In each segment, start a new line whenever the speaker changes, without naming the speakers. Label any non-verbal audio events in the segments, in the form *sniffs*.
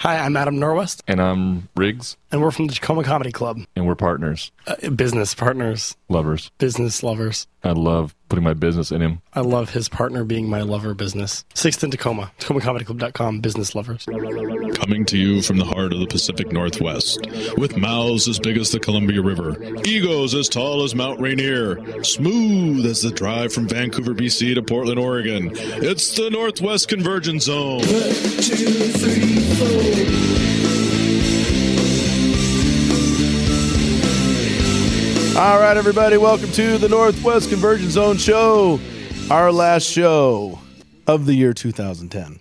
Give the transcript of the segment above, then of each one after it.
Hi, I'm Adam Norwest,
And I'm Riggs,
and we're from the Tacoma Comedy Club.
and we're partners,
Uh, business partners,
lovers.
business lovers.
I love putting my business in him.
I love his partner being my lover business. Sixth in Tacoma, tacomacomedyclub.com, business lovers.
Coming to you from the heart of the Pacific Northwest, with mouths as big as the Columbia River, egos as tall as Mount Rainier, smooth as the drive from Vancouver, BC to Portland, Oregon. It's the Northwest Convergence Zone.
All right, everybody, welcome to the Northwest Convergence Zone show, our last show of the year 2010.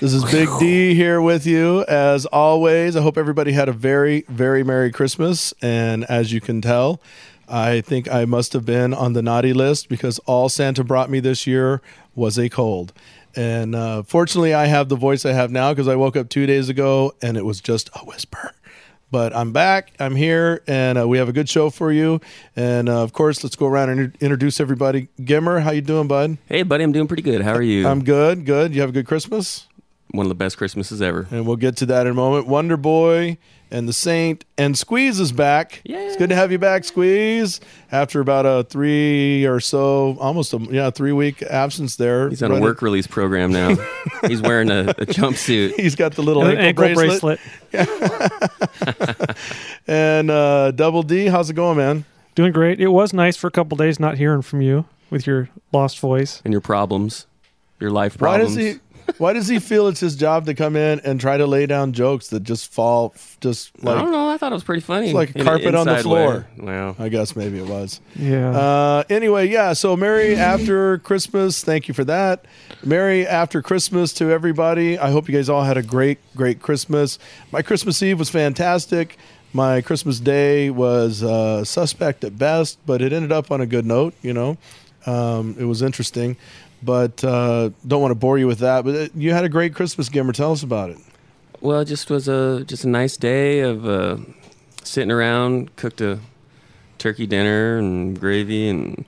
This is Big D here with you as always. I hope everybody had a very, very Merry Christmas. And as you can tell, I think I must have been on the naughty list because all Santa brought me this year was a cold. And uh, fortunately, I have the voice I have now because I woke up two days ago and it was just a whisper. But I'm back. I'm here, and uh, we have a good show for you. And uh, of course, let's go around and introduce everybody. Gimmer, how you doing, bud?
Hey, buddy, I'm doing pretty good. How are you?
I'm good. Good. You have a good Christmas.
One of the best Christmases ever.
and we'll get to that in a moment. Wonder Boy and the Saint and Squeeze is back.
Yay.
It's good to have you back, Squeeze. After about a three or so, almost a yeah three week absence there.
He's on a work release program now. He's wearing a, a
*laughs*
jumpsuit.
He's got the little ankle, bracelet. and uh, Double D. How's it going, man?
Doing great. It was nice for a couple days not hearing from you with your lost voice.
And your problems, your life problems.
Why does he? Why does he feel it's his job to come in and try to lay down jokes that just fall, just like
I don't know. I thought it was pretty funny.
It's like a
In an
carpet on the
inside
floor.
way. Wow.
I guess maybe it was.
Yeah.
Uh, anyway, yeah. So Merry after Christmas. Thank you for that. Merry after Christmas to everybody. I hope you guys all had a great, great Christmas. My Christmas Eve was fantastic. My Christmas Day was uh, suspect at best, but it ended up on a good note. You know, um, it was interesting. But uh, don't want to bore you with that. But uh, you had a great Christmas, Gimmer. Tell us about it.
Well, it just was a just a nice day of uh, sitting around. Cooked a turkey dinner and gravy and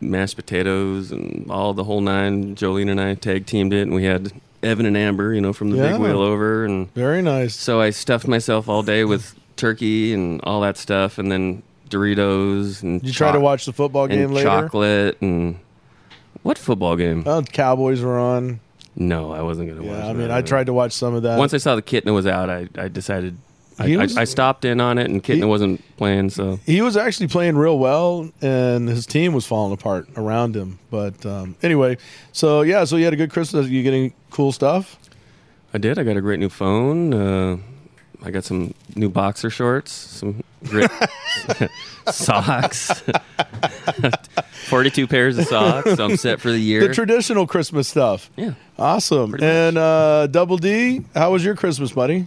mashed potatoes and all the whole nine. Jolene and I tag teamed it, and we had Evan and Amber, you know, from the
Yeah.
big wheel over and.
Very nice.
So I stuffed myself all day with turkey and all that stuff, and then Doritos and
Did you try to
choc-
watch the football game
and
later?
chocolate and what football game?
Oh, Cowboys were on.
no, I wasn't gonna watch.
Yeah, I mean,
that.
I tried to watch some of that.
Once I saw the Kitten was out, I, I decided. I,
He
I,
was-
I stopped in on it, and Kitten
He-
wasn't playing, so
he was actually playing real well, and his team was falling apart around him. But um, anyway, so yeah, so you had a good Christmas. You getting cool stuff?
I did. I got a great new phone. Uh, I got some new boxer shorts, some
*laughs*
great socks, *laughs* forty-two pairs of socks. So I'm set for the year.
The traditional Christmas stuff.
yeah.
Awesome.
Pretty much.
And uh, Double D, how was your Christmas, buddy?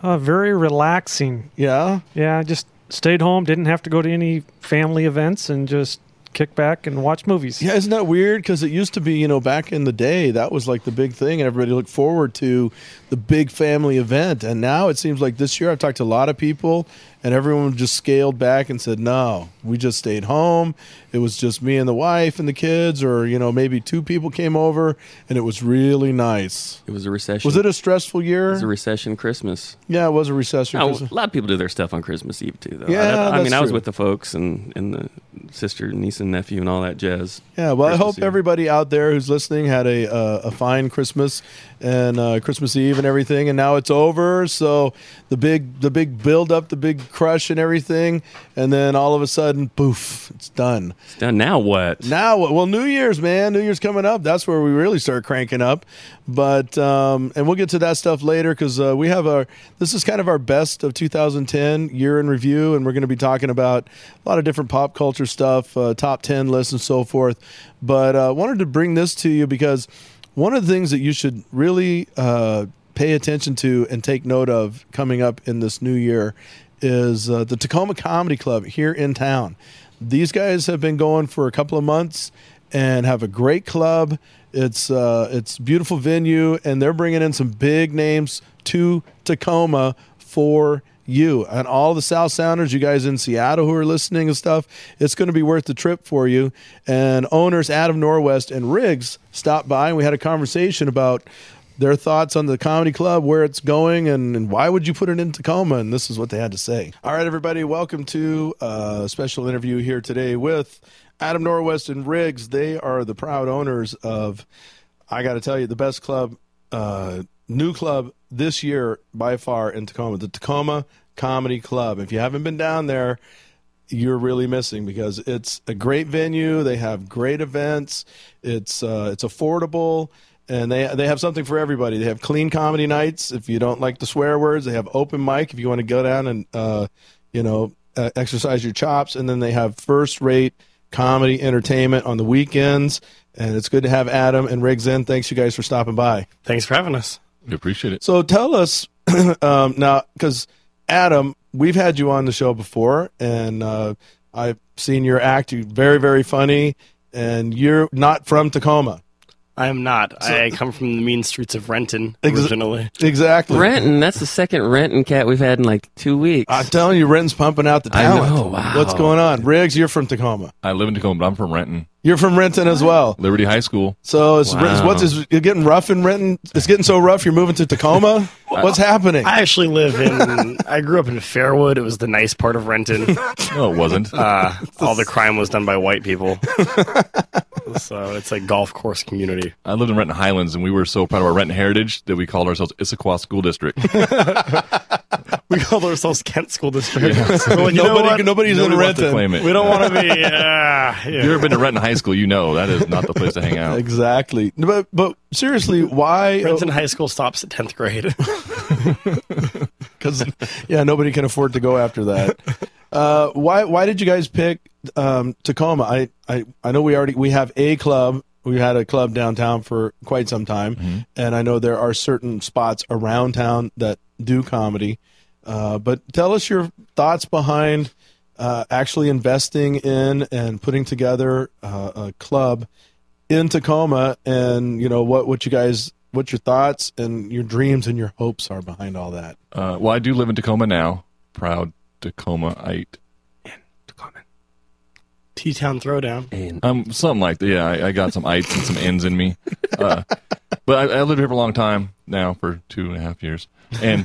Uh, very relaxing.
Yeah,
Yeah, I just stayed home, didn't have to go to any family events, and just kick back and watch movies.
yeah. Isn't that weird? Because it used to be, you know, back in the day, that was like the big thing, and everybody looked forward to the big family event. And now it seems like this year, I've talked to a lot of people, and everyone just scaled back and said, "No, we just stayed home. It was just me and the wife and the kids, or you know, maybe two people came over, and it was really nice."
It was a recession.
Was it a stressful
It was a
year?
recession Christmas.
Yeah, it was a recession.
No,
Christmas.
a lot of people do their stuff on Christmas Eve too, though.
Yeah,
I, I mean,
that's
I was
true.
with the folks and, and the sister, niece, and nephew, and all that jazz.
Yeah, well, I
Christmas
hope
Eve.
everybody out there who's listening had a uh, a fine Christmas and uh, Christmas Eve and everything, and now it's over. So the big the big build up, the big crush and everything, and then all of a sudden, poof, it's done.
It's done. Now what?
Now, what- well, New Year's, man, New Year's coming up. That's where we really start cranking up. But um, and we'll get to that stuff later because uh, we have our this is kind of our best of 2010 year in review, and we're going to be talking about a lot of different pop culture stuff, uh, top 10 lists, and so forth. But uh, wanted to bring this to you because one of the things that you should really uh, pay attention to and take note of coming up in this new year is uh, the Tacoma Comedy Club here in town. These guys have been going for a couple of months and have a great club. It's uh, it's beautiful venue, and they're bringing in some big names to Tacoma for you and all the South Sounders, you guys in Seattle who are listening and stuff, it's going to be worth the trip for you. And owners Adam Norwest and Riggs stopped by and we had a conversation about their thoughts on the comedy club, where it's going, and, and why would you put it in Tacoma? And this is what they had to say. All right, everybody, welcome to a special interview here today with Adam Norwest and Riggs. They are the proud owners of, I got to tell you, the best club, uh, new club this year by far in Tacoma, the Tacoma Comedy Club. If you haven't been down there, you're really missing because it's a great venue. They have great events. It's uh, it's affordable, and they they have something for everybody. They have clean comedy nights if you don't like the swear words. They have open mic if you want to go down and uh, you know uh, exercise your chops, and then they have first rate comedy entertainment on the weekends. And it's good to have Adam and Riggs in. Thanks you guys for stopping by.
Thanks for having us.
We appreciate it.
So tell us *clears throat* um, now, because Adam, we've had you on the show before, and uh, I've seen your act. You're very, very funny, and you're not from Tacoma.
I am not. I come from the mean streets of Renton
Ex-
originally.
Exactly.
Renton. That's the second Renton cat we've had in like two weeks.
I'm telling you, Renton's pumping out the
I
talent.
know, wow.
What's going on? Riggs, you're from Tacoma.
I live in Tacoma, but I'm from Renton,
You're from Renton as well.
Liberty High School.
So it's,
Wow.
what's is you're getting rough in Renton? It's getting so rough you're moving to Tacoma? What's happening?
I actually live in. I grew up in Fairwood. It was the nice part of *laughs* Renton.
No, it wasn't.
Uh, all the crime was done by white *laughs* people. so it's a golf course community.
I lived in Renton Highlands, and we were so proud of our Renton heritage that we called ourselves Issaquah
*laughs*
School District.
We call ourselves Kent School District. *laughs*
Nobody- nobody's
Nobody
in
wants to
Renton.
claim it.
We don't want to be. Uh,
If you've ever been to Renton High School, you know that is not the place to hang
*laughs*
out.
Exactly. But but seriously, why?
Renton High School stops at 10th grade. *laughs*
*laughs* because yeah, nobody can afford to go after that. Uh, why why did you guys pick um, Tacoma? I, I I know we already we have a club. We had a club downtown for quite some time, and I know there are certain spots around town that do comedy. Uh, but tell us your thoughts behind uh, actually investing in and putting together uh, a club in Tacoma, and you know what what you guys what your thoughts and your dreams and your hopes are behind all that.
Uh, well, I do live in Tacoma now. Proud Tacomaite.
T Town Throwdown.
And
Um, something like that. Yeah, I, I got some ites and some ends in me. Uh, *laughs* but I, I lived here for a long time now, for two and a half years. And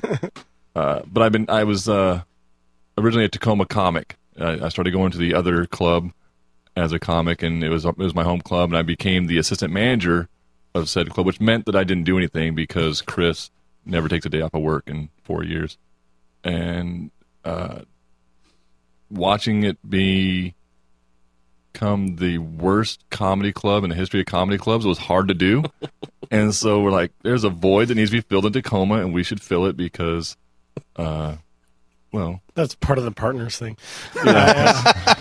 uh, but I've been I was uh, originally a Tacoma comic. I, I started going to the other club as a comic, and it was it was my home club, and I became the assistant manager of said club, which meant that I didn't do anything because Chris never takes a day off of work in four years, and uh, watching it be become the worst comedy club in the history of comedy clubs was hard to
*laughs*
do. and so we're like, there's a void that needs to be filled in Tacoma, and we should fill it because, uh, well,
That's part of the partners thing. *laughs* the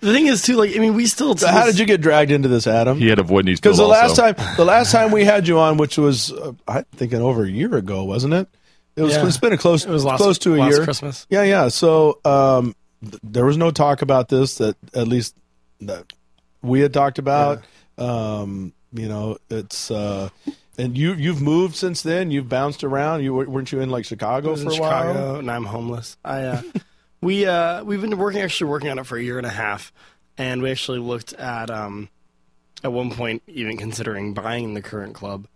thing is, too, like, I mean, we still.
So how did you get dragged into this, Adam?
he had a void needs
Because
filled.
the last
also.
time, the last time we had you on, which was uh, I'm thinking over a year ago, wasn't it? It was.
Yeah.
It's been a close.
It was last,
close to a
last
year.
Christmas.
Yeah, yeah. So um, th- there was no talk about this that at least that we had talked about. Um, you know, it's uh, and you you've moved since then. You've bounced around. You weren't you in like Chicago
I was *laughs*
for
in
a
Chicago,
while?
and I'm homeless. I uh, *laughs* we uh, we've been working actually working on it for a year and a half, and we actually looked at um, at one point even considering buying the current club.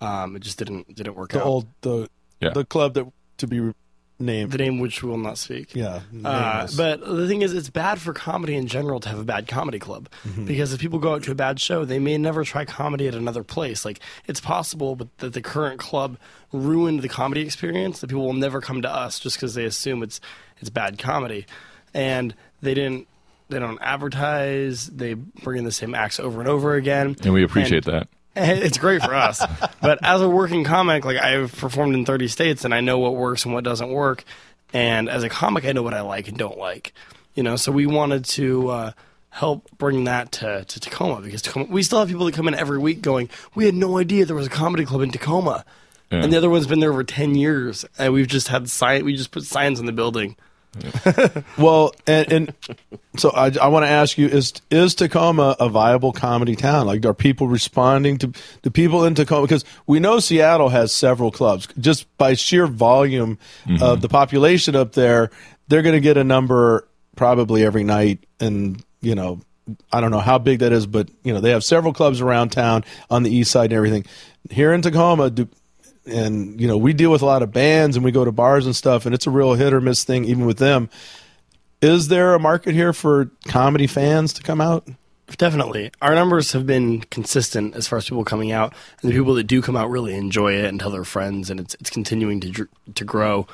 Um, it just didn't didn't work
The
out.
old the
Yeah.
the club that to be named.
the name which we will not speak.
yeah,
Uh,
nameless.
but the thing is, it's bad for comedy in general to have a bad comedy club because if people go out to a bad show, they may never try comedy at another place. Like it's possible, but that the current club ruined the comedy experience. That people will never come to us just because they assume it's it's bad comedy, and they didn't. They don't advertise. They bring in the same acts over and over again.
and we appreciate that.
And *laughs* it's great for us. but as a working comic, like I've performed in 30 states and I know what works and what doesn't work. And as a comic, I know what I like and don't like. You know, so we wanted to uh, help bring that to, to Tacoma because Tacoma, we still have people that come in every week going, We had no idea there was a comedy club in Tacoma.
Yeah.
And the other one's been there for 10 years. And we've just had sign, we just put signs on the building.
Well, and, and so I, I want to ask you: Is is Tacoma a viable comedy town? Like, are people responding to the people in Tacoma? Because we know Seattle has several clubs. Just by sheer volume of the population up there, they're going to get a number probably every night, and you know. I don't know how big that is, but you know they have several clubs around town on the east side and everything. Here in Tacoma, do and you know we deal with a lot of bands and we go to bars and stuff and it's a real hit or miss thing even with them is there a market here for comedy fans to come out
Definitely. Our numbers have been consistent as far as people coming out, and the people that do come out really enjoy it and tell their friends, and it's it's continuing to dr- to grow.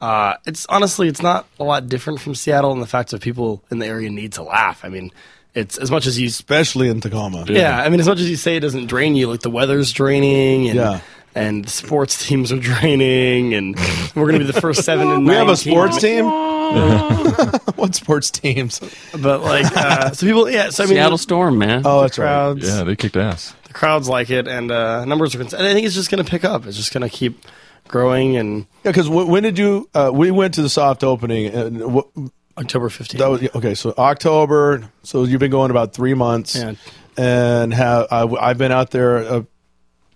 Uh, it's honestly, it's not a lot different from Seattle in the fact that people in the area need to laugh. I mean, it's as much as you
especially in tacoma
yeah, I mean, as much as you say it doesn't drain you, like the weather's draining, and
Yeah.
and sports teams are draining, and we're gonna be the first
*laughs*
seven. And
we have a sports *laughs* team what sports teams
but like uh, so people, yeah. So I mean,
Seattle Storm, man.
oh that's right
crowds,
Yeah, they kicked ass.
the crowds like it, and uh, numbers are. Cons- and I think it's just gonna pick up. It's just gonna keep growing. And
yeah because when did you uh, we went to the soft opening and wh-
October fifteenth,
that was yeah, okay so october so you've been going about three months
Yeah.
and have I, i've been out there uh,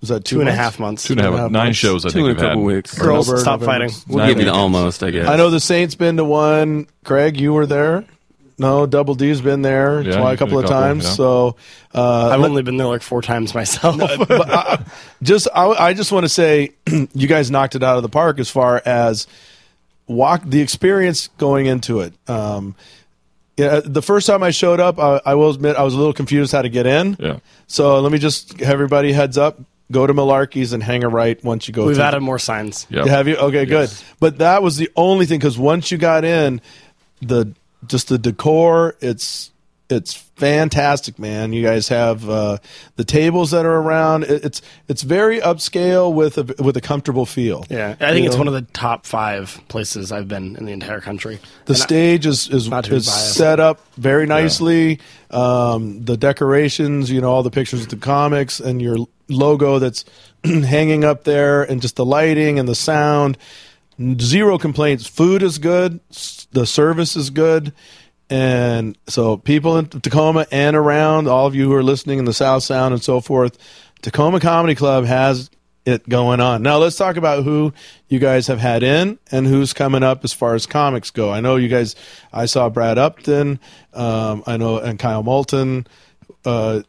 was that two,
two and a
months?
half months.
Two and a half,
half
nine
months.
shows. I think
Two in a
we've
couple
had.
weeks.
Girls,
October,
stop
November.
fighting.
We'll give you the
Nine.
almost, I guess.
I know the Saints been to one. Craig, you were there. No, Double D's been there
Yeah,
twi- a
he's been
couple
a
of
couple,
times.
yeah.
So
I've only been there like four times *laughs* myself.
but I, just I, I just want to say *clears throat* you guys knocked it out of the park as far as walk the experience going into it. Um, yeah, the first time I showed up, I, I will admit I was a little confused how to get in.
Yeah.
So let me just everybody heads up, go to Malarkey's and hang a right once you go.
We've
through
added more signs.
Yep.
Have you? Okay, good. But that was the only thing because once you got in, the just the decor, it's it's fantastic, man. You guys have uh, the tables that are around. It, it's it's very upscale with a with a comfortable feel.
Yeah, I think
You
it's
know?
one of the top five places I've been in the entire country.
The
And I-
stage is is,
Not to be
is
biased.
set up very nicely. Um, the decorations, you know, all the pictures of the comics and your logo that's *clears throat* hanging up there, and just the lighting and the sound. Zero complaints. Food is good. S- The service is good. And so, people in Tacoma and around, all of you who are listening in the South Sound and so forth, Tacoma Comedy Club has it going on. Now let's talk about who you guys have had in and who's coming up as far as comics go. I know you guys. I saw Brad Upton. Um, I know and Kyle Moulton. Uh,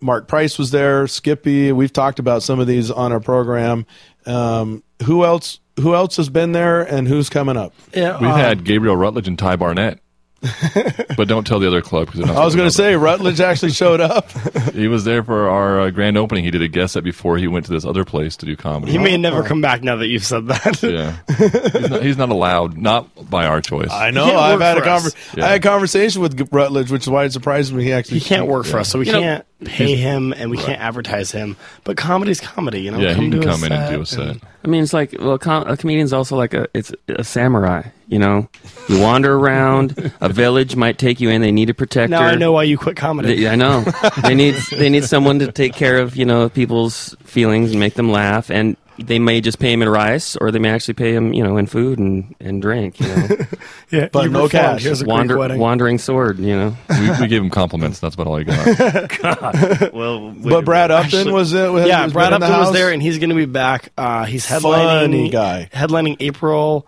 Mark Price was there. Skippy. We've talked about some of these on our program. Um, who else? Who else has been there and who's coming up?
yeah,
We've
uh,
had Gabriel Rutledge and Ty
*laughs*
Barnett. but don't tell the other club because
I was going to say Rutledge actually showed up.
he was there for our uh, grand opening. He did a guest set before he went to this other place to do comedy.
He may
Oh.
never come back now that you've said that.
yeah, he's not, he's not allowed, not by our choice.
*laughs* I *laughs* know.
can't
I've
work
had a
for us.
conver- I had a conversation with G- Rutledge, which is why it surprised me he
*laughs*
actually
He can't work for us, so we
know,
can't pay him and we can't advertise him. But comedy's comedy, you know.
yeah, he
do
can
a
come in and
set
do a set.
I mean, it's like well, com- a comedian's also like a it's a samurai. You know, you wander around. a village might take you in. They need a protector.
Now I know why you quit comedy.
They, I know they need they need someone to take care of you know people's feelings and make them laugh, and they may just pay him in rice, or they may actually pay him you know in food and and drink. You know,
yeah,
But
you
no
performed.
cash.
Here's a Greek
Wander,
wedding.
wandering sword. You know,
We, we gave him compliments. That's about all he
*laughs*
got.
well,
But Brad Upton was it? was-
yeah,
has
Brad
been in the
Upton was
house?
there, and he's going to be back. Uh, he's headlining
Funny guy.
headlining April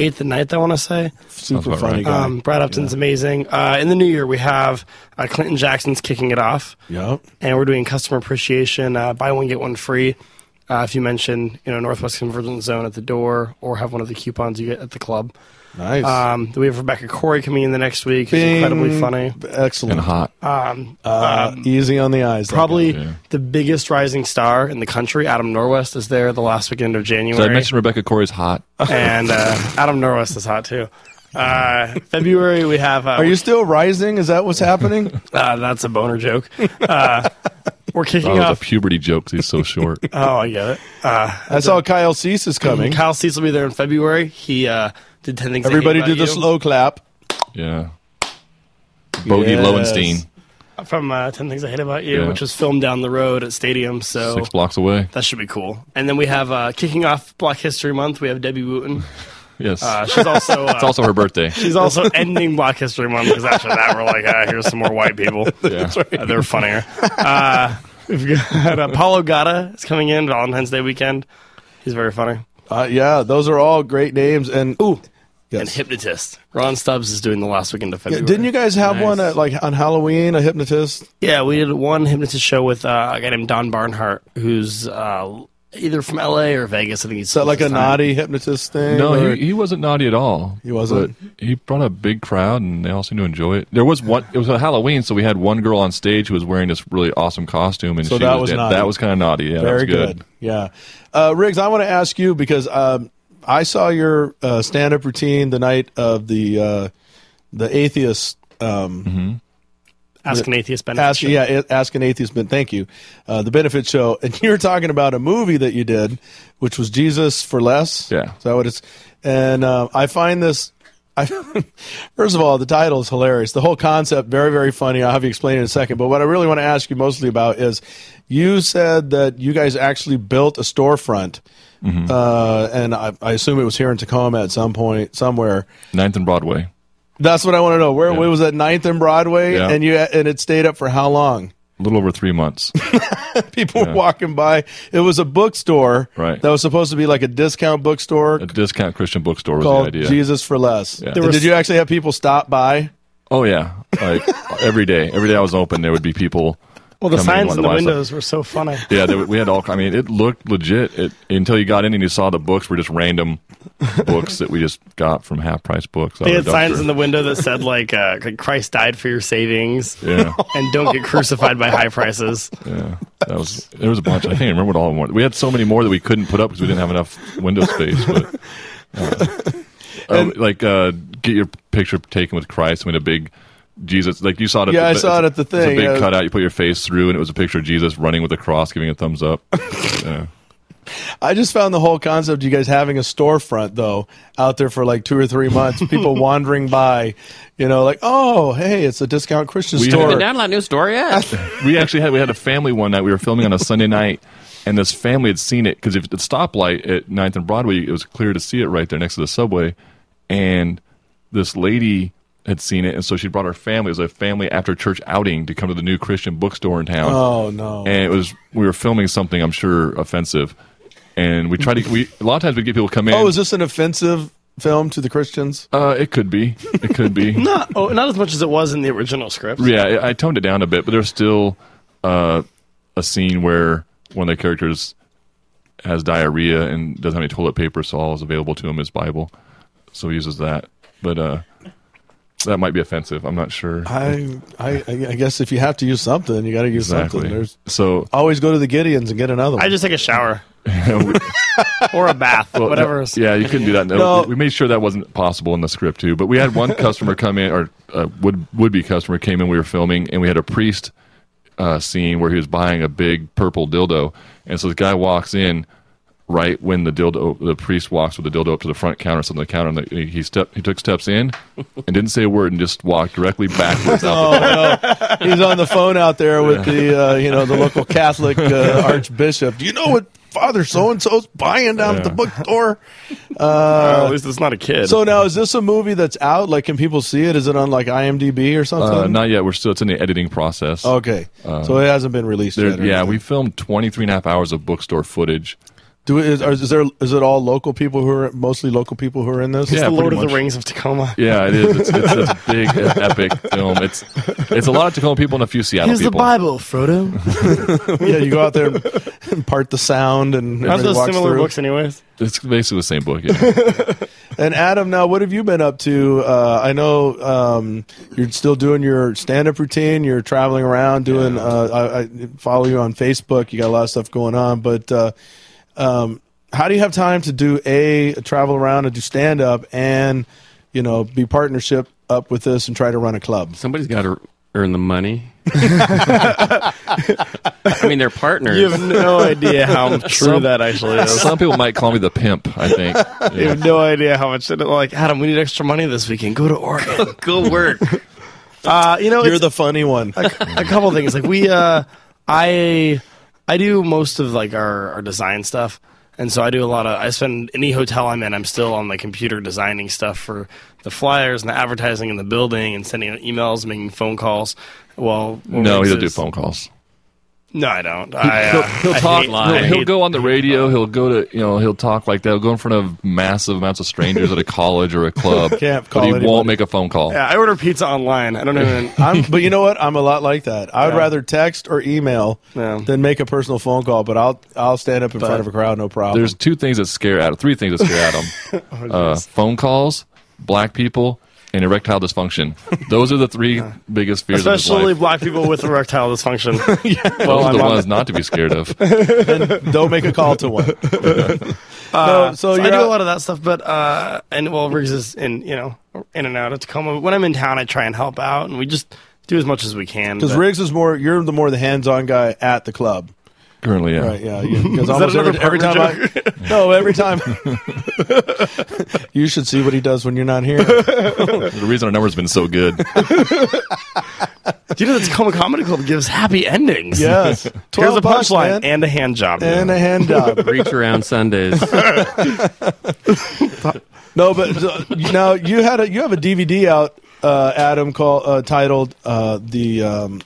eighth and 9th, I want to say.
Super
about
funny
right.
guy.
Um, Brad Upton's amazing. Uh, in the new year, we have uh, Clinton Jackson's kicking it off,
yep.
and we're doing customer appreciation. Uh, buy one get one free. Uh, if you mention you know Northwest Convergence Zone at the door, or have one of the coupons you get at the club.
Nice.
Um, we have Rebecca Corey coming in the next week. She's incredibly
uh, Bing.
funny. Um,
and
Excellent.
hot.
Uh, easy on the eyes. that
Probably
Yeah.
the biggest rising star in the country. Adam Norwest is there the last weekend of
Did I
January,
mention Rebecca Corey's
*laughs*
hot?
and uh, Adam Norwest is hot too. Uh, February we have. Uh,
guy. Are you still rising? Is that what's happening? *laughs*
uh, that's a boner joke. Uh, we're
Oh,
kicking
it was
off.
a puberty joke. 'cause He's so
*laughs*
short.
oh, I get it. Uh,
I saw Kyle Cease is coming.
Kyle Cease will be there in February. He uh, did ten things. I Hate
Everybody
About
did the
You
slow clap.
Yeah. Bogey
Yes.
Lowenstein,
from uh, Ten Things I Hate About You,
Yeah.
which was filmed down the road at stadium. So
six blocks away.
that should be cool. And then we have uh, kicking off Black History Month. We have Debbie Wooten.
Yes.
Uh, she's also uh,
it's also her
*laughs*
birthday.
she's also ending Black History Month because after that we're like, ah, here's some more white
*laughs*
people.
Yeah.
Uh, *laughs* they're funnier. Uh, we've got Apollo Gata is coming in Valentine's Day weekend. He's very funny.
Uh, yeah, those are all great names. And ooh,
And hypnotist Ron Stubbs is doing the last weekend of February.
didn't you guys have one at, like on Halloween? A hypnotist.
Yeah, we did one hypnotist show with uh, a guy named Don Barnhart, who's uh, either from LA or Vegas. I think he's
Is that like a naughty hypnotist thing?
No,
or-
he, he wasn't naughty at all.
He wasn't?
But he brought a big crowd, and they all seemed to enjoy it. There was one. It was a Halloween, so we had one girl on stage who was wearing this really awesome costume, and
So
she
that was
was, dead.
naughty.
that was kind of naughty. Yeah, that was
Very good. Yeah. Uh, Riggs, I want to ask you because um, I saw your uh, stand up routine the night of the uh, the atheist. Um,
Ask an atheist benefit.
ask,
show.
yeah, a- ask an atheist. But thank you, uh, the benefit show, and *laughs* you were talking about a movie that you did, which was Jesus for Less.
Yeah.
so what it's, and uh, I find this. I, *laughs* first of all, the title is hilarious. The whole concept very, very funny. I'll have you explain it in a second. But what I really want to ask you mostly about is, you said that you guys actually built a storefront,
Mm-hmm.
uh, and I, I assume it was here in Tacoma at some point, somewhere.
Ninth and Broadway.
That's what I want to know. Where, where was that Ninth and Broadway,
Yeah.
and you and it stayed up for how long?
A little over three months.
people were walking by. It was a bookstore
Right.
that was supposed to be like a discount bookstore *laughs*
a discount Christian bookstore was the
called
idea.
Jesus for Less.
Yeah.
And
There
was-
Did you actually have people stop by?
Oh yeah, like every day. Every day I was open, there would be people.
Well, the
coming
signs
wanted
in
to
the
buy stuff.
windows were so funny.
Yeah, there, we had all. I mean, it looked legit it, until you got in and you saw the books were just random books that we just got from half price books.
*laughs* They had signs in the window that said like uh, Christ died for your savings *laughs*
Yeah,
and don't get crucified by high prices.
yeah. That was there was a bunch. I can't remember what all of them were. We had so many more that we couldn't put up because we didn't have enough window space. But uh, uh, like, uh, get your picture taken with Christ. I mean, a big Jesus. Like you saw it. At
Yeah,
the,
I saw it at the
it's a- it's
thing,
a big
yeah.
cutout. You put your face through, and it was a picture of Jesus running with a cross, giving a thumbs up. Yeah.
I just found the whole concept of you guys having a storefront though out there for like two or three months. people
*laughs*
wandering by, you know, like oh hey, it's a discount Christian
We
store.
had-
Been down a lot new story yet.
we actually had we had a family one night. We were filming on a Sunday night, and this family had seen it because if the stoplight at 9th and Broadway, it was clear to see it right there next to the subway, and this lady had seen it, and so she brought her family. It was a family after church outing to come to the new Christian bookstore in town
oh no.
and it was we were filming something I'm sure offensive, and we tried to we a lot of times we get people come in.
oh, is this an offensive film to the Christians?
uh, it could be, it could
*laughs*
be.
*laughs*
Not oh, not as much as it was in the original script.
Yeah, I, I toned it down a bit, but there's still uh, a scene where one of the characters has diarrhea and doesn't have any toilet paper, so all is available to him is Bible, so he uses that. But uh, that might be offensive. I'm not sure
Ah, I, I I guess if you have to use something, you got to use
exactly.
something. There's
so
always go to the Gideons and get another one.
I just take a *laughs* shower or a bath,
Well,
whatever.
no-
is-
yeah, you couldn't do that. No,
No.
We made sure that wasn't possible in the script too. But we had one customer come in, or uh, would would be customer came in. We were filming, and we had a priest uh, scene where he was buying a big purple dildo, and so the guy walks in right when the dildo, the priest walks with the dildo up to the front counter, so on the counter, and the, he step he took steps in and didn't say a word and just walked directly backwards out the door.
He's on the phone out there with the uh, you know the local
*laughs*
Catholic uh, Archbishop. Do you know what Father So and So's buying down at the
Yeah.
bookstore?
Uh, at least it's not a kid.
So now is this a movie that's out? Like, can people see it? Is it on like IMDb or
Uh,
something?
not yet. We're still it's in the editing process.
okay, so it hasn't been released
There-
yet. or
yeah,
anything.
we filmed 23 and a half hours of bookstore footage.
do. Is, are- is there is it all local people who are mostly local people who are in this?
it's
yeah,
the Lord
pretty
of the
much.
Rings of Tacoma.
Yeah, it is. It's, it's, it's a big, epic film. It's it's a lot of Tacoma people and a few Seattle
Here's the
people.
Bible, *laughs* Frodo.
*laughs* yeah. You go out there and part the sound and
Aren't
everybody
those
walks
similar
through.
books, anyways?
It's basically the same book. Yeah.
And Adam, now what have you been up to? Uh, I know um, you're still doing your stand-up routine. You're traveling around doing. Uh, I, I follow you on Facebook. You got a lot of stuff going on, but uh, um, how do you have time to do a travel around and do stand-up, and you know be partnership up with this and try to run a club?
*laughs* Somebody's got to earn the money. I mean, they're partners.
*laughs* no idea how true
Some-
that actually is. *laughs*
Some people might call me the pimp. I think.
You
Yeah.
have no idea how much. Like Adam, we need extra money this weekend. *laughs* Go to Oregon.
Good work.
Uh, you know,
You're
it's
the funny one.
a couple things. Like we, uh, I, I do most of like our, our design stuff, and so I do a lot of. I spend any hotel I'm in, I'm still on my computer designing stuff for the flyers and the advertising in the building and sending out emails, making phone calls. Well,
No, he doesn't do phone calls.
No, I don't. I, uh,
he'll,
I
he'll talk.
hate- I
he'll, he'll
hate-
go on the radio. He'll go to you know. He'll talk like that. He'll go in front of massive amounts of strangers at a college or a club.
*laughs* Can't
but
call
he
anybody.
won't make a phone call.
Yeah, I order pizza online.
*laughs*
I don't even.
I'm, but you know what? I'm a lot like that. I would
Yeah.
rather text or email
Yeah.
than make a personal phone call. But I'll I'll stand up in front of a crowd, no problem.
There's two things that scare Adam. Three things that scare
*laughs*
Adam:
Oh,
uh, phone calls, black people, and erectile dysfunction. Those are the three biggest fears. *laughs*
Especially
of his
black
life.
people with erectile dysfunction.
those are the
I'm on
ones not to be scared
*laughs*
of.
Don't make a call to one. no, so,
Uh, So
you're
I do
out-
a lot of that stuff, but uh, and well, Riggs is in you know in and out of Tacoma. When I'm in town, I try and help out, and we just do as much as we can.
Because
but-
Riggs is more, you're the more the hands-on guy at the club,
Currently, yeah.
right?
*laughs*
Yeah, because almost
another
every, every time,
partner
I, no, every time. *laughs* you should see what he does when you're
*laughs*
not here.
The reason our number's been so
*laughs*
good.
do you know the Tacoma Comedy Club gives happy endings?
Yes,
Here's a
12 bucks,
punchline
man.
and a hand job.
and a hand job.
*laughs*
*laughs* Reach around Sundays.
No, but uh, now you had a you have a DVD out, uh, Adam, called uh, titled uh, "The um,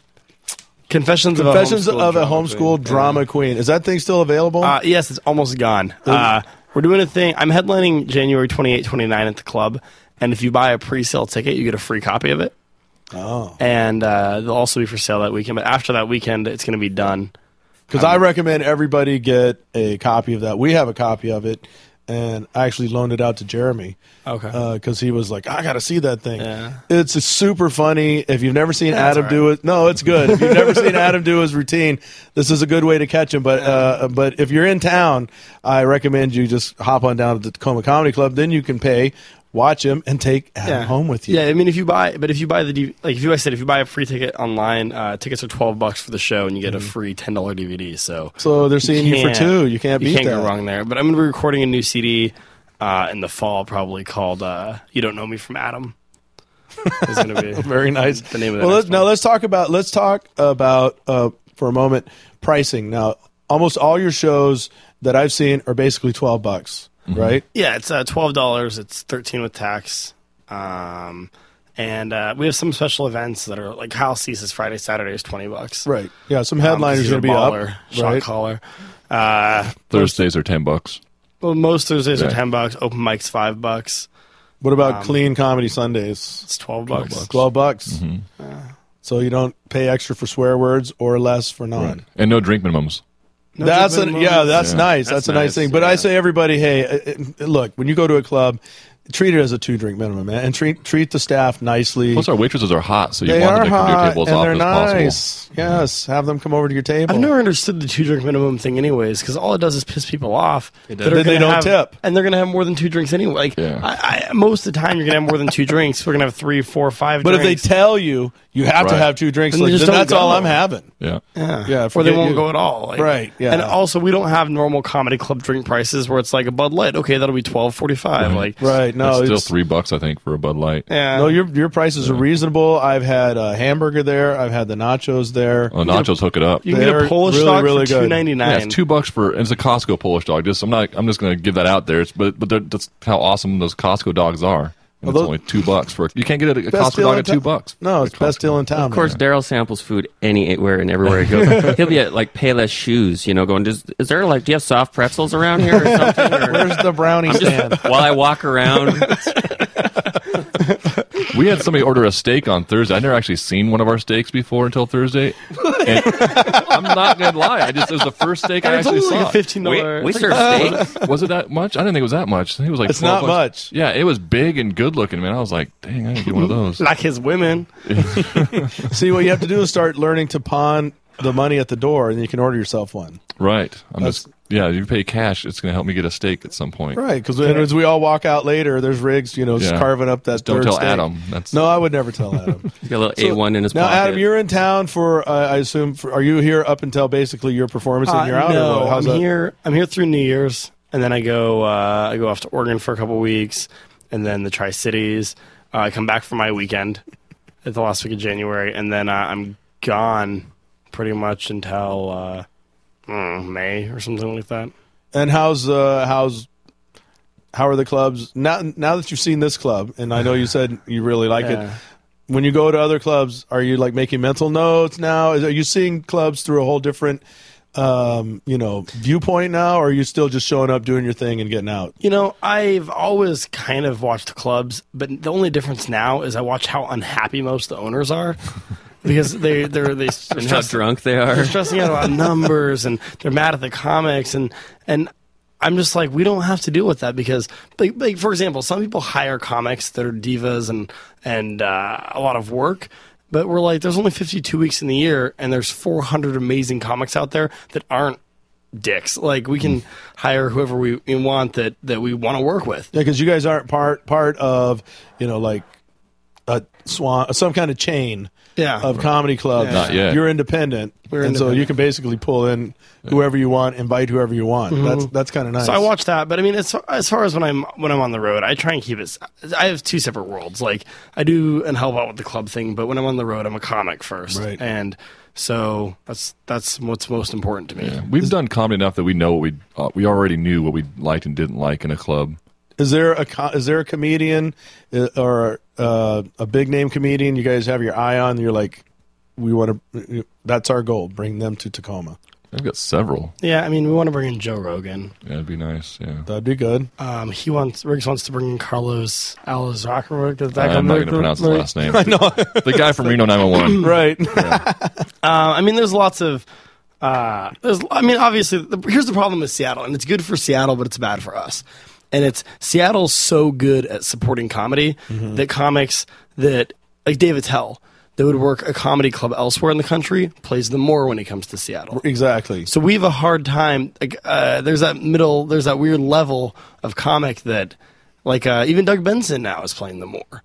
Confessions,
Confessions
of a Homeschooled
of a
Drama
Homeschool
Queen.
Drama Queen." Is that thing still available?
Uh, yes, it's almost gone. Uh, we're doing a thing. I'm headlining January 28, 29 at the club, and if you buy a pre-sale ticket, you get a free copy of it. Oh. And uh, they'll also be for sale that weekend. But after that weekend, it's going to be done.
Because
um,
I recommend everybody get a copy of that. We have a copy of it, and I actually loaned it out to Jeremy.
Okay.
Because Uh, he was like, I got to see that thing.
Uh-huh. Yeah.
It's super funny. If you've never seen
it's
Adam do it, no, it's good. If you've never seen Adam do his routine, this is a good way to catch him. But uh, but if you're in town, I recommend you just hop on down to the Tacoma Comedy Club. Then you can pay, watch him, and take Adam home with you.
Yeah, I mean, if you buy, but if you buy the D- like, if you, I said, if you buy a free ticket online, uh, tickets are twelve bucks for the show, and you
Mm-hmm.
get a free ten dollar DVD. So,
So they're seeing you, for
can't-
two. You can't beat
you can't
that.
go wrong there. But I'm gonna be recording a new CD uh, in the fall, probably called uh, "You Don't Know Me from Adam." It's gonna
*laughs*
be
Very nice.
The name of the
well,
next
let's, now
one.
let's talk about let's talk about uh, for a moment pricing. Now, almost all your shows that I've seen are basically twelve bucks,
Mm-hmm.
right?
Yeah, it's uh, twelve dollars. It's thirteen with tax. Um, and uh, we have some special events that are like Kyle Cease's Friday Saturday is twenty bucks.
Right. Yeah. Some headliners
Um, 'cause
going to be
he's a
up.
baller, shot
Right.
caller. Uh,
Thursdays are ten bucks.
well, most Thursdays are
Right.
ten bucks. Open mics five bucks.
What about
Um,
clean comedy Sundays?
It's twelve bucks.
Twelve bucks.
Mm-hmm.
So you don't pay extra for swear words or less for non.
And no drink minimums.
No
that's
judgment
an,
moments.
yeah, that's
Yeah.
nice. That's,
That's
a nice,
nice,
thing. But I
yeah.
say everybody, hey, uh, uh, look, when you go to a club, treat it as a two drink minimum, man, and treat treat the staff nicely.
Plus, our waitresses are hot, so you
they
want
are
them to come to your
hot
table as
and
often
they're
as possible.
nice. Yes, have them come over to your table.
I've never understood the two drink minimum thing, anyways, because all it does is piss people off. It
does.
Then they don't
have,
tip.
and they're gonna have more than two drinks anyway. Like,
Yeah.
I, I, most of the time, you're gonna have more than two drinks. We're gonna have three, four, five.
but if they
drinks,
tell you you have to
Right.
have two drinks,
Then they
like,
just
then
don't
that's all
go.
I'm having.
Yeah.
Yeah,
or they
forget
won't
you.
go at all. Like-
Right, yeah.
And also, we don't have normal comedy club drink prices where it's like a Bud Light. Okay, that'll be twelve forty five. Like,
Right? No,
It's still
it's-
three bucks, I think, for a Bud Light.
Yeah.
No, your your prices are reasonable. I've had a hamburger there. I've had the nachos there.
Oh, nachos hook it up.
you can get
they're
a Polish
really,
dog
really
for
good.
two ninety
Yeah,
nine.
it's two bucks for. And it's a Costco Polish dog. Just I'm not. I'm just going to give that out there. It's, but but they're- that's how awesome those Costco dogs are. And
Although-
it's only two bucks for. You can't get a, a
Best
Costco
deal
dog
in
at
town.
two bucks.
No, it's
At
best
Costco.
deal in town.
Of course, Daryl samples food anywhere and everywhere he goes. He'll be at like Payless Shoes, you know, going, Does, is there like, do you have soft pretzels around here or something? Or
Where's
*laughs*
the brownie stand?
while I
*laughs*
walk around,
We had somebody order a steak on Thursday. I'd never actually seen one of our steaks before until Thursday. And I'm not going to lie. I just it was the first steak I
And it's
actually
only
saw.
like a fifteen dollar.
we serve
oh.
steak.
was it that much? I didn't think it was that much. I think it was like
It's
12
not
bucks.
much.
Yeah, it was big and good looking, man. I was like, dang, I didn't get one of those.
*laughs*
like his women.
See, what you have to do is start learning to pawn the money at the door, and you can order yourself one.
Right. I'm
That's-
just yeah. You pay cash. It's gonna help me get a steak at some point.
Right, because as we all walk out later, there's rigs, you know, just
Yeah.
carving up that.
Just don't
third
tell
steak.
Adam. That's
No, I would never tell Adam.
*laughs*
he's got a little
So,
A1 in his
now,
pocket.
Adam, you're in town for. Uh, I assume. For, are you here up until basically your performance, and you're
Uh,
out? or
No,
what? How's
I'm
that?
here. I'm here through New Year's, and then I go. Uh, I go off to Oregon for a couple weeks, and then the Tri Cities. Uh, I come back for my weekend at the last week of January, and then uh, I'm gone pretty much until uh, mm, May or something like that.
And how's uh, how's how are the clubs now? Now that you've seen this club, and I know you said you really like
Yeah.
it. when you go to other clubs, are you like making mental notes now? Is- Are you seeing clubs through a whole different, um, you know, viewpoint now? Or are you still just showing up, doing your thing, and getting out?
You know, I've always kind of watched the clubs, but the only difference now is I watch how unhappy most of the owners are because they they're they
Just how drunk they are.
they're stressing out about numbers and they're mad at the comics and and I'm just like we don't have to deal with that because like, like for example some people hire comics that are divas and and uh, a lot of work but we're like there's only 52 weeks in the year and there's 400 amazing comics out there that aren't dicks like we can hire whoever we we want that that we want to work with
Yeah, because you guys aren't part part of, you know, like a swan, some kind of chain
Yeah.
of comedy clubs.
Not yet.
You're independent,
We're
and so
independent.
you can basically pull in whoever you want, invite whoever you want.
Mm-hmm.
That's that's kind of nice.
So I watch that, but I mean, as, as far as when I'm when I'm on the road, I try and keep it. s- I have two separate worlds. Like I do and help out with the club thing, but when I'm on the road, I'm a comic first,
Right.
and so that's that's what's most important to me.
We've done comedy enough that we know what we uh, we already knew what we liked and didn't like in a club.
Is there a co- is there a comedian uh, or uh, a big name comedian you guys have your eye on? You're like, we want to. That's our goal. Bring them to Tacoma.
I've got several.
Yeah, I mean, we want to bring in Joe Rogan.
Yeah, that'd be nice. Yeah,
That'd be good.
Um, he wants Riggs wants to bring in Carlos Alazracor. Does that
I'm
come
not
right?
going to pronounce his
right?
last name. I know the guy from Reno 911.
Right. *laughs*
Uh, I mean, there's lots of. Uh, there's, I mean, obviously, the, here's the problem with Seattle, and it's good for Seattle, but it's bad for us. And it's Seattle's so good at supporting comedy that comics that like David Tell that would work a comedy club elsewhere in the country plays them more when he comes to Seattle.
exactly.
So we have a hard time. Like, uh, there's that middle, there's that weird level of comic that, like, uh, even Doug Benson now is playing them more.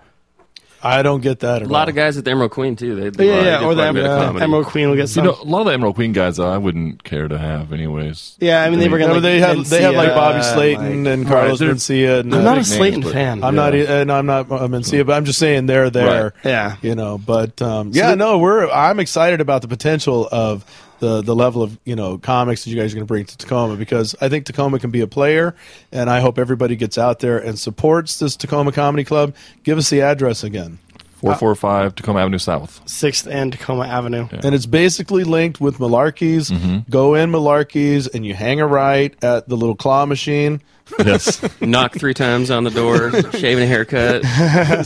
I don't get that. At
A lot
all.
of guys at the Emerald Queen too. They,
Yeah, yeah,
they
or the
play a bit of comedy.
Emerald Queen will get
You
some.
know, a lot of the Emerald Queen guys though, I wouldn't care to have, anyways.
yeah, I mean, they were
Remember
gonna.
they
like, Oh,
had they had like
Mencia,
Bobby Slayton
like-
and Carlos
they're-
Mencia. And,
I'm
uh,
not a
names,
Slayton
but-
fan.
I'm not, and I'm not uh, Mencia, but I'm just saying they're there.
Right.
Yeah.
you know. But um, yeah, no, we're I'm excited about the potential of the the level of you know comics that you guys are going to bring to Tacoma because I think Tacoma can be a player, and I hope everybody gets out there and supports this Tacoma Comedy Club. Give us the address again,
Four four five Tacoma Avenue South.
Sixth and Tacoma Avenue.
and it's basically linked with Malarkey's. Go in Malarkey's, and you hang a right at the little claw machine.
Yes,
*laughs* Knock three times on
*laughs*
the door, shaving a haircut.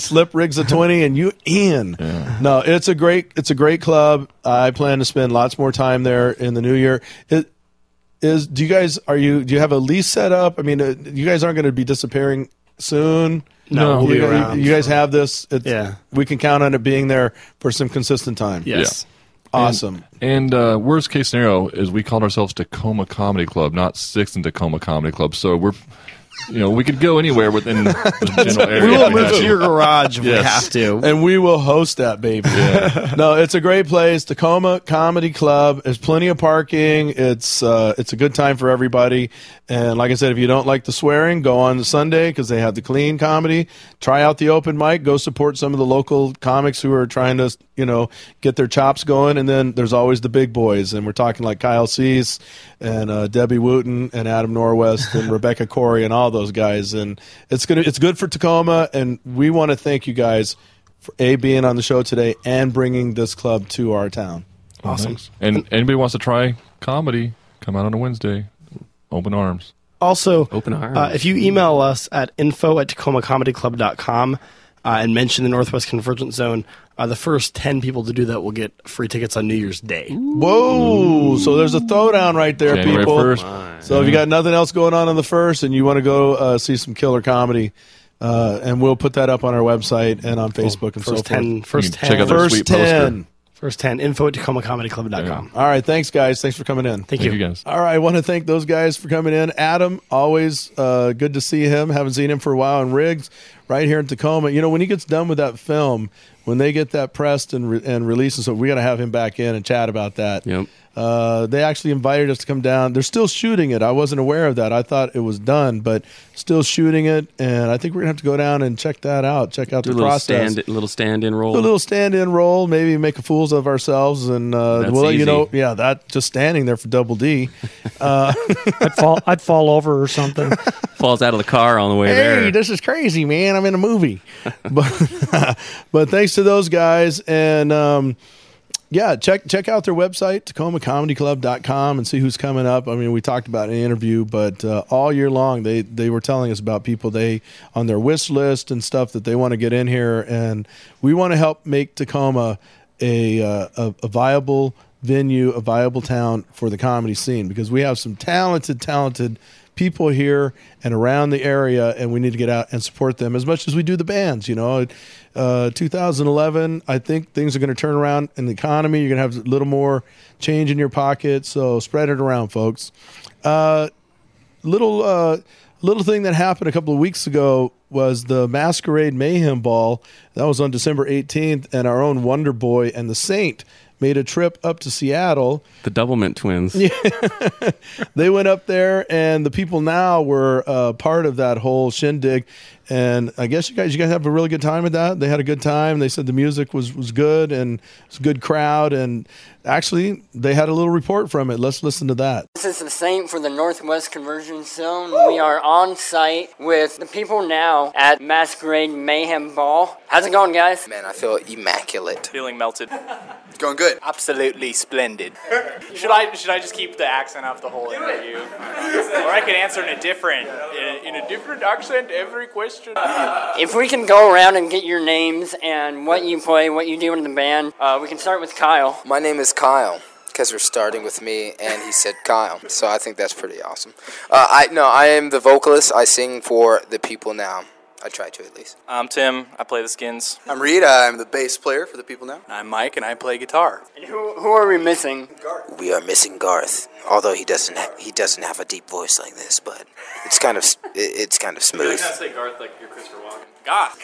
slip rigs a 20 and you in no it's a great it's a great club i plan to spend lots more time there in the new year it is do you guys are you do you have a lease set up i mean uh, you guys aren't going to be disappearing soon
No, we'll
you,
be
guys-
around
you guys have this it's,
Yeah.
we can count on it being there for some consistent time
Yes.
awesome
and uh, worst case scenario is we called ourselves Tacoma Comedy Club, not Sixth and Tacoma Comedy Club. So we're, you know, we could go anywhere within the general area.
We will
if we
move
had
to your garage if
Yes.
we have to.
and we will host that baby. *laughs* no, it's a great place. Tacoma Comedy Club. There's plenty of parking. It's uh, it's a good time for everybody. And like I said, if you don't like the swearing, go on Sunday because they have the clean comedy. Try out the open mic. Go support some of the local comics who are trying to you know get their chops going. And then there's always the big boys, and we're talking like Kyle Cease and uh, Debbie Wooten and Adam Norwest and Rebecca Corey and all those guys. And it's gonna it's good for Tacoma. And we want to thank you guys for a being on the show today and bringing this club to our town.
Awesome.
And anybody wants to try comedy, come out on a Wednesday. Open arms.
Also,
Open arms.
Uh, if you email us at info at tacomacomedyclub.com uh, and mention the Northwest Convergence Zone, uh, the first 10 people to do that will get free tickets on New Year's Day.
Whoa! So there's a throwdown right there,
January
people.
first.
So if you got nothing else going on on the first, and you want to go uh, see some killer comedy, uh, and we'll put that up on our website and on Facebook and so
First 10.
forth.
First
You can check
10.
out their
First,
First
Sweet poster.
ten.
first 10. Info at tacomacomedyclub.com.
All right, thanks guys. Thanks for coming in.
Thank,
Thank
you.
you guys.
All right, I want to thank those guys for coming in. Adam, always uh, good to see him. Haven't seen him for a while. And Riggs, right here in Tacoma. You know, when he gets done with that film, when they get that pressed and re- and released, and so we got to have him back in and chat about that.
Yep.
Uh, they actually invited us to come down. They're still shooting it. I wasn't aware of that. I thought it was done, but still shooting it. And I think we're gonna have to go down and check that out. Check out
Do a
the
little
process.
stand, little stand-in role.
Do a little stand-in role, maybe make a fools of ourselves, and uh,
That's
we'll let you
easy.
know. Yeah, that just standing there for double D.
I'd fall, I'd fall over
*laughs*
or something. *laughs*
Falls out of the car on the way
hey,
there. *laughs*
this is crazy, man. I'm in a movie. but, *laughs* but thanks thanks to those guys. And um, yeah, check check out their website, tacomacomedyclub.com, and see who's coming up. I mean, we talked about it in an interview, but uh, all year long, they, they were telling us about people they on their wish list and stuff that they want to get in here. And we want to help make Tacoma a, uh, a, a viable venue, a viable town for the comedy scene because we have some talented, talented people here and around the area, and we need to get out and support them as much as we do the bands. You know, uh, 2011, I think things are going to turn around in the economy. You're going to have a little more change in your pocket, so spread it around, folks. Uh, little uh, little thing that happened a couple of weeks ago was the Masquerade Mayhem Ball. That was on December 18th, and our own Wonder Boy and the Saint made a trip up to Seattle
The Doublemint twins.
they went up there, and the people now were uh, part of that whole shindig. And I guess you guys, you guys have a really good time at that. They had a good time. They said the music was was good and it's a good crowd. And actually, they had a little report from it. Let's listen to that.
This is the same for the Northwest Conversion Zone. We are on site with the people now at Masquerade Mayhem Ball. How's it going, guys?
Man, I feel immaculate.
Feeling melted.
It's *laughs* going good.
Absolutely splendid. Should I should I just keep the accent off the whole interview? or I could answer in a different in a, in a different accent every question.
If we can go around and get your names and what you play, what you do in the band, uh, we can start with Kyle.
My name is Kyle because we're starting with me, and he said Kyle, so I think that's pretty awesome. Uh, I no, I am the vocalist. I sing for the people now. I try to at least.
I'm Tim. I play the skins.
I'm Reed. I'm the bass player for the people now.
I'm Mike, and I play guitar.
And who, who are we missing?
We are missing Garth, although he doesn't ha- he doesn't have a deep voice like this, but it's kind of s- it- it's kind of smooth.
say Garth like you're Christopher Walken. Goth.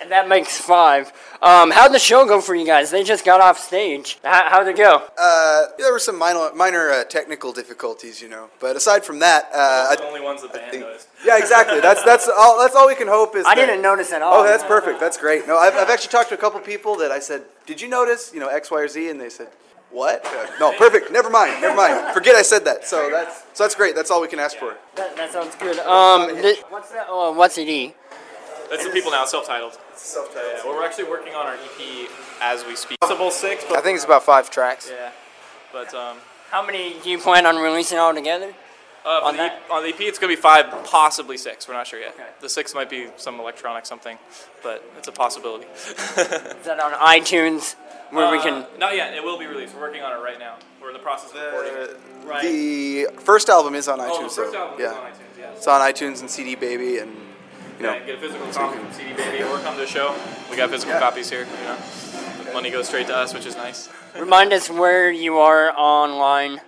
And that makes five. Um, how'd the show go for you guys? They just got off stage. How, how'd it go?
Uh, there were some minor, minor uh, technical difficulties, you know. But aside from that, uh, I,
only ones that the
I think, yeah, exactly. That's that's all. That's all we can hope is.
I
that-
didn't notice at all.
Oh, that's perfect. That's great. No, I've, I've actually talked to a couple people that I said, "Did you notice? You know, X, Y, or Z?" And they said, "What? Uh, no, perfect. Never mind. Never mind. Forget I said that." So that's so that's great. That's all we can ask for.
That, that sounds good. Um, th- what's that? Oh, what's it? E?
That's the people now, self-titled. Yeah, well, we're actually working on our EP as we speak. Possible six,
I
but
think it's about five tracks.
yeah. But um,
How many do you plan on releasing all together?
uh,
On
on, the,
that-
EP on the EP, it's gonna be five, possibly six. We're not sure yet. The six might be some electronic something, but it's a possibility.
Is that on iTunes where we
Uh,
can?
Not yet. It will be released. We're working on it right now. We're in the process of recording it. Right.
Uh, The first album is on iTunes.
oh, the first
though.
album
yeah,
is on iTunes. Yeah.
it's on iTunes and CD Baby, and you know,
Yeah, get a physical copy from CD Baby or come to the show. We got physical copies here. You know, The money goes straight to us, which is nice.
Remind us where you are online.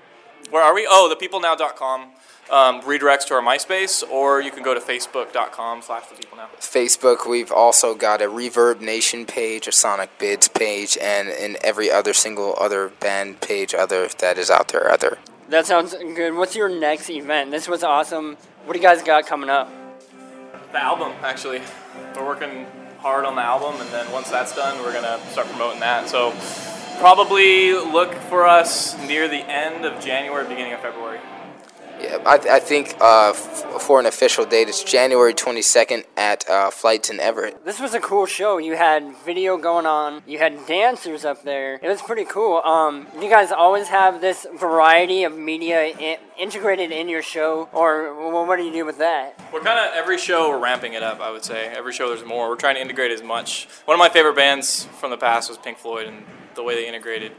Where are we? Oh, thepeoplenow.com um, redirects to our MySpace, or you can go to facebook.com slash thepeoplenow.
Facebook, we've also got a Reverb Nation page, a Sonic Bids page, and in every other single other band page other that is out there other.
That sounds good. What's your next event? This was awesome. What do you guys got coming up?
The album, actually. We're working hard on the album, and then once that's done, we're going to start promoting that. So probably look for us near the end of January, beginning of February.
Yeah, I, I think uh, f- for an official date, it's January 22nd at uh, Flights in Everett.
This was a cool show. You had video going on. You had dancers up there. It was pretty cool. Um, you guys always have this variety of media I- integrated in your show, or wh- what do you do with that?
We're kind of every show we're ramping it up. I would say every show there's more. We're trying to integrate as much. One of my favorite bands from the past was Pink Floyd, and the way they integrated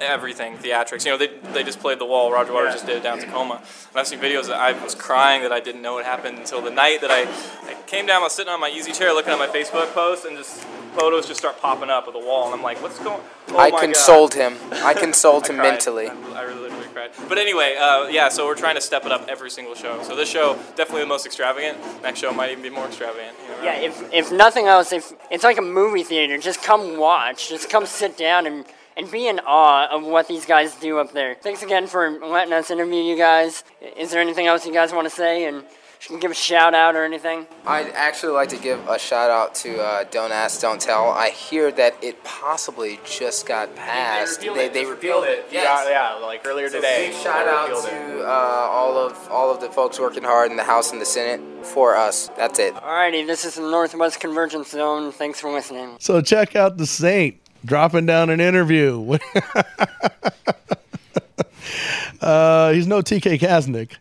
everything, theatrics. You know, they they just played the wall. Roger Waters just did it down in Tacoma, and I've seen videos that I was crying that I didn't know what happened until the night that I, I came down. I was sitting on my easy chair looking at my Facebook post, and just photos just start popping up of the wall, and I'm like, what's going? Oh
I
my God.
consoled him. I consoled
*laughs* I
him
cried.
mentally.
I, I really literally cried. But anyway, uh, yeah, so we're trying to step it up every single show. So this show, definitely the most extravagant. Next show might even be more extravagant. you never
Yeah,
know.
if, if nothing else, if it's like a movie theater, just come watch. Just come sit down and, and be in awe of what these guys do up there. Thanks again for letting us interview you guys. Is there anything else you guys want to say? And give a shout out or anything?
I'd actually like to give a shout out to uh, Don't Ask, Don't Tell. I hear that it possibly just got passed.
repealed it.
they
Just
repealed it. Yes.
Yeah, yeah, like earlier
So
today.
Big shout
they
out
repealed it.
to uh, all of all of the folks working hard in the House and the Senate for us. That's it.
Alrighty, this is the Northwest Convergence Zone. Thanks for listening.
So check out the Saint dropping down an interview. *laughs* uh, he's no TK Kasnick.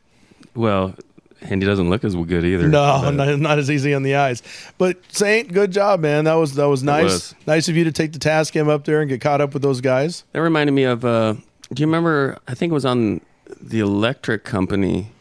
Well, Handy doesn't look as good either.
No,
but-
not, not as easy on the eyes. But Saint, good job, man. That was that was nice.
was.
Nice of you to take the task him up there and get caught up with those guys.
That reminded me of. Uh, do you remember? I think it was on the electric company.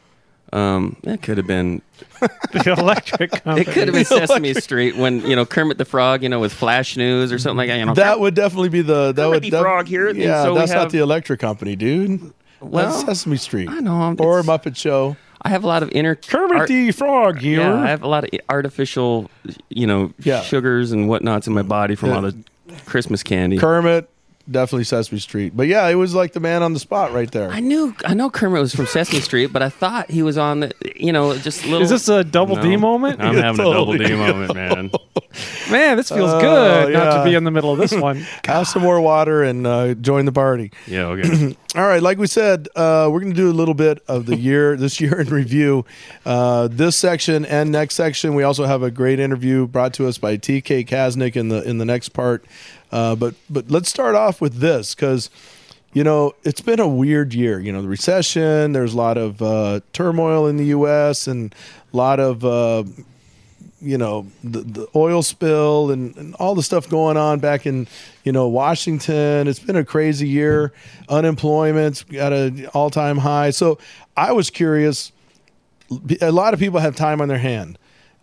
Um, that could have been.
The electric company.
It could have been Sesame Street when you know Kermit the Frog, you know, with Flash News or something like that. You know,
That would definitely be the that would
Kermit the
def-
Frog here, and
Yeah,
so we
that's not
have-
the electric company, dude.
Well,
that's Sesame Street.
I know, I'm-
or
it's-
Muppet Show.
I have a lot of inner
Kermit
art-
the Frog here.
Yeah, I have a lot of artificial, you know,
Yeah.
sugars and whatnots in my body from all
Yeah.
the Christmas candy.
Kermit, definitely Sesame Street. But yeah, it was like the man on the spot right there.
I knew I know Kermit was from Sesame Street, but I thought he was on the you know just little.
Is this a double D
No.
moment?
I'm having a double D
Totally.
moment, man.
Man, this feels good not
yeah.
to be in the middle of this one.
Have some more water and uh, join the party.
Yeah, okay.
*clears throat* All right, like we said, uh, we're going to do a little bit of the year, this *laughs* year in review. Uh, this section and next section, we also have a great interview brought to us by TK Kaznick in the in the next part. Uh, but but let's start off with this because you know it's been a weird year. You know the recession. There's a lot of uh, turmoil in the U.S. and a lot of uh, you know the, the oil spill and, and all the stuff going on back in you know Washington. It's been a crazy year. Unemployment's at an all time high. So I was curious. A lot of people have time on their hand,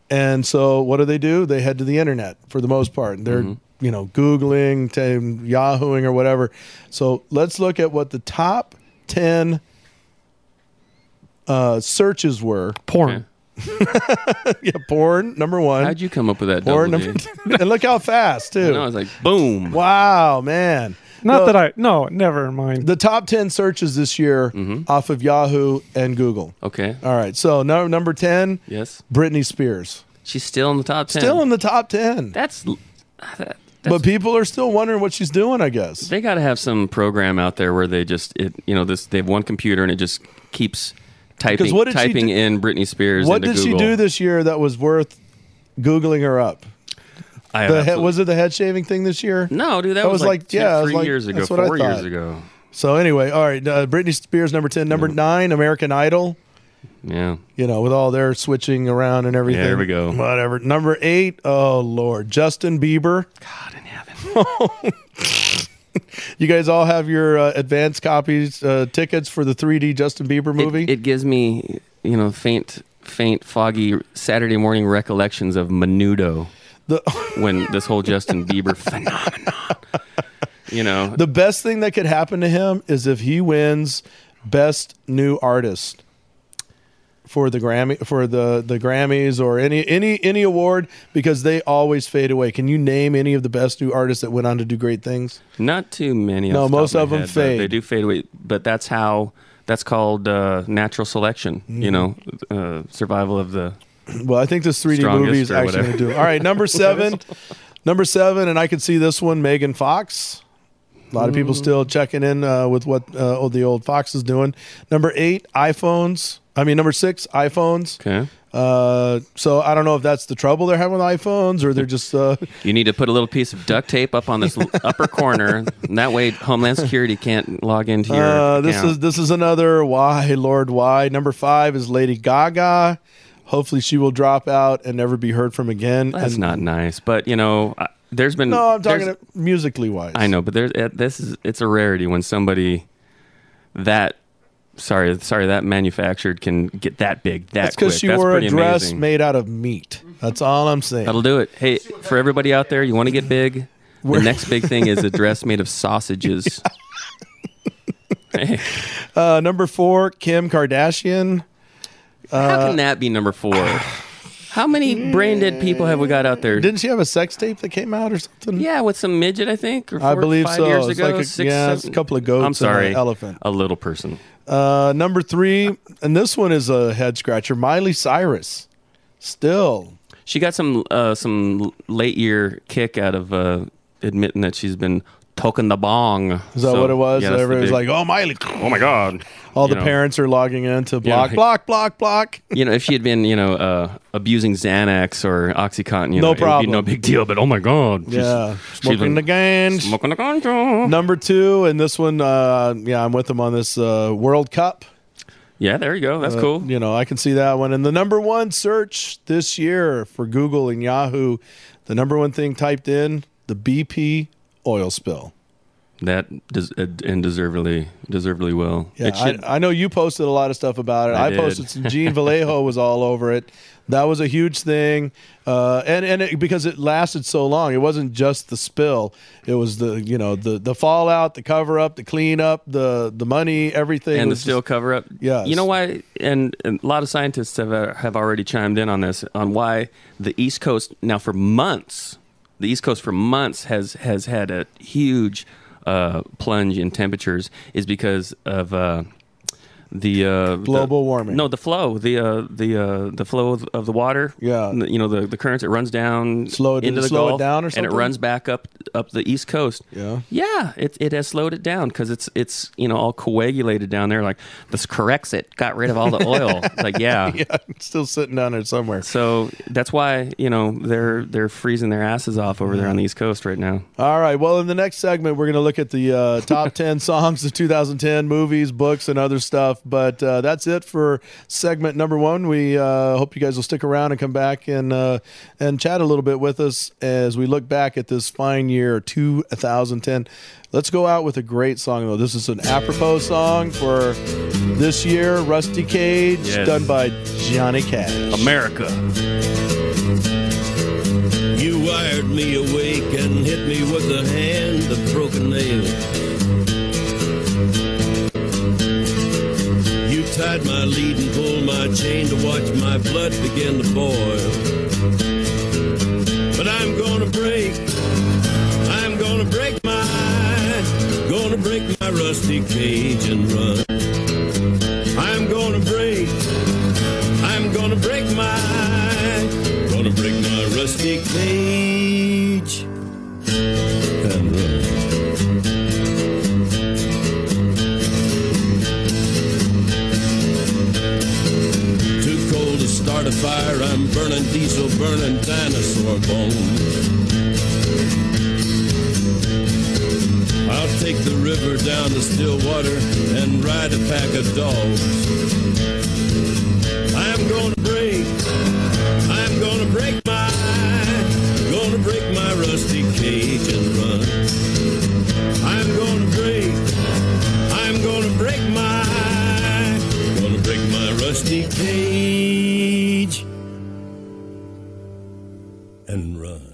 and so what do they do? They head to the internet for the most part. They're you know googling, t- yahooing, or whatever. So let's look at what the top ten uh, searches were. *laughs*
Porn.
Okay.
Yeah, porn number *laughs* one.
How'd you come up with that
Or
double D?
number *laughs* and look how fast too.
And I was like, boom.
wow, man.
Not
Well,
that I. No, never mind.
the top ten searches this year
Mm-hmm.
off of Yahoo and Google.
Okay.
All right, so no, number ten,
Yes,
Britney Spears,
she's still in the top ten.
still in the top ten,
That's. That, that's
but people are still wondering what she's doing. I guess.
They got to have some program out there where they just it you know this they have one computer and it just keeps typing
what did she
typing
do-
in Britney Spears.
What
into
did she
Google.
do this year that was worth googling her up?
I have
The head,
absolute-
was it the head shaving thing this year?
no, dude, that, was, like, two,
yeah, it was
three
like-
years ago,
that's what I
four years
thought.
ago.
So anyway, all right, uh, Britney Spears number ten, number
Mm-hmm.
nine, American Idol.
Yeah,
you know, with all their switching around and everything.
There we go.
Whatever. Number eight, oh Lord, Justin Bieber.
God in heaven.
*laughs* You guys all have your uh, advance copies, uh, tickets for the 3D Justin Bieber
It-
movie.
It, gives me, you know, faint, faint, foggy Saturday morning recollections of Menudo
the *laughs*
when this whole Justin Bieber *laughs* phenomenon. You know,
the best thing that could happen to him is if he wins best new artist for the Grammy for the the Grammys or any any any award because they always fade away. Can you name any of the best new artists that went on to do great things?
not too many. off
No,
the top
most
my
of 'em
head, but
fade.
They do fade away, but that's how. That's called uh, natural selection. You know,
Mm-hmm.
uh, survival of the.
Well, I think this 3D
Strongest
movie is
or
actually going to
whatever.
do. it. All right,
*laughs*
number seven, number seven, and I could see this one, Megan Fox. A lot of people still checking in uh, with what uh, oh, the old Fox is doing. Number eight, iPhones. I mean, number six, iPhones.
Okay.
Uh, so I don't know if that's the trouble they're having with iPhones, or they're just uh,
You need to put a little piece of duct tape up on this
*laughs*
l- upper corner, and that way Homeland Security can't log into your.
Uh, this
account.
is this is another why, Lord, why. Number five is Lady Gaga. Hopefully, she will drop out and never be heard from again.
That's
and,
not nice, but you know, I, there's been.
No, I'm talking
there's-
musically wise.
I know, but there's uh, this is it's a rarity when somebody that sorry sorry that manufactured can get that big that
That's
quick.
because she
That's
wore a
pretty
dress
amazing.
made out of meat. That's all I'm saying.
That'll do it. Hey, for everybody out there, you want to get big. The next big thing is a dress made
*laughs*
of sausages. Hey,
Uh, number four, Kim Kardashian.
how can that be number four? How many brain dead people have we got out there?
Didn't she have a sex tape that came out or something?
Yeah, with some midget, I think. Or
I
four-
believe
five
so.
Years
It's
ago,
like a-
six,
yeah, it's
seven-
a couple of goats
I'm
and an
sorry,
elephant.
a little person.
Uh, number three, and this one is a head scratcher. Miley Cyrus, still.
She got some uh, some late year kick out of uh, admitting that she's been toking the bong.
Is that
So,
what it was?
yeah, that's the
Everyone's like,
big-
"Oh, Miley!"
*sniffs* oh my god!
All
You
the
know.
parents are logging in to
Yeah,
block,
like-
block, block, block.
You know, if she had been, you know, uh, abusing Xanax or OxyContin, you
No
know, it would be
problem.
no
*laughs*
big deal. But oh my god, *laughs* she's-
yeah,
she's
smoking
been
the gans.
smoking the ganja.
Number two, and this one, uh, yeah, I'm with them on this uh, World Cup.
Yeah, there you go. That's
Uh,
cool.
You know, I can see that one. And the number one search this year for Google and Yahoo, the number one thing typed in the BP oil spill.
That des- uh, and deservedly, deservedly well.
Yeah,
it should,
I, I know you posted a lot of stuff about it.
I
I,
did.
posted some. Gene Vallejo was all over it. That was a huge thing, uh, and and it, because it lasted so long, it wasn't just the spill. It was the you know the the fallout, the cover up, the cleanup, the the money, everything.
and the
was
still
just-
cover up.
Yes.
You know why? And, and a lot of scientists have uh, have already chimed in on this on why the East Coast now for months, the East Coast for months has has had a huge uh, plunge in temperatures is because of. Uh, the uh,
Global
the-
warming.
No, the flow, the uh, the uh, the flow of, of the water.
Yeah.
N- you know the, the currents. It runs down
Slow- did it
into the
slow it
Gulf,
down or
and it
something?
runs back up up the east coast.
Yeah.
Yeah, it it has slowed it down because it's it's you know all coagulated down there. Like this corrects it, got rid of all the oil. like yeah.
*laughs* yeah, it's *laughs* still sitting down there somewhere.
So that's why you know they're they're freezing their asses off over there on the east coast right now.
All right. Well, in the next segment, we're going to look at the
*laughs*
uh, top 10 songs of 2010, movies, books, and other stuff. But uh, that's it for segment number one. We uh, hope you guys will stick around and come back and uh, and chat a little bit with us as we look back at this fine year 2010. Let's go out with a great song, though. This is an apropos song for this year Rusty Cage,
Yes.
done by Johnny Cash.
America.
You wired me awake and hit me with a hand of broken nail. You tied my lead and pulled my chain to watch my blood begin to boil. But I'm gonna break, I'm gonna break my, gonna break my rusty cage and run. I'm gonna break, I'm gonna break my, gonna break my rusty cage and run. Too cold to start a fire, I'm burning diesel, burning dinosaur bones. I'll take the river down to Stillwater and ride a pack of dogs. I'm gonna break, I'm gonna break my, gonna break my rusty cage and run. I'm gonna break, I'm gonna break my, gonna break my rusty cage and run.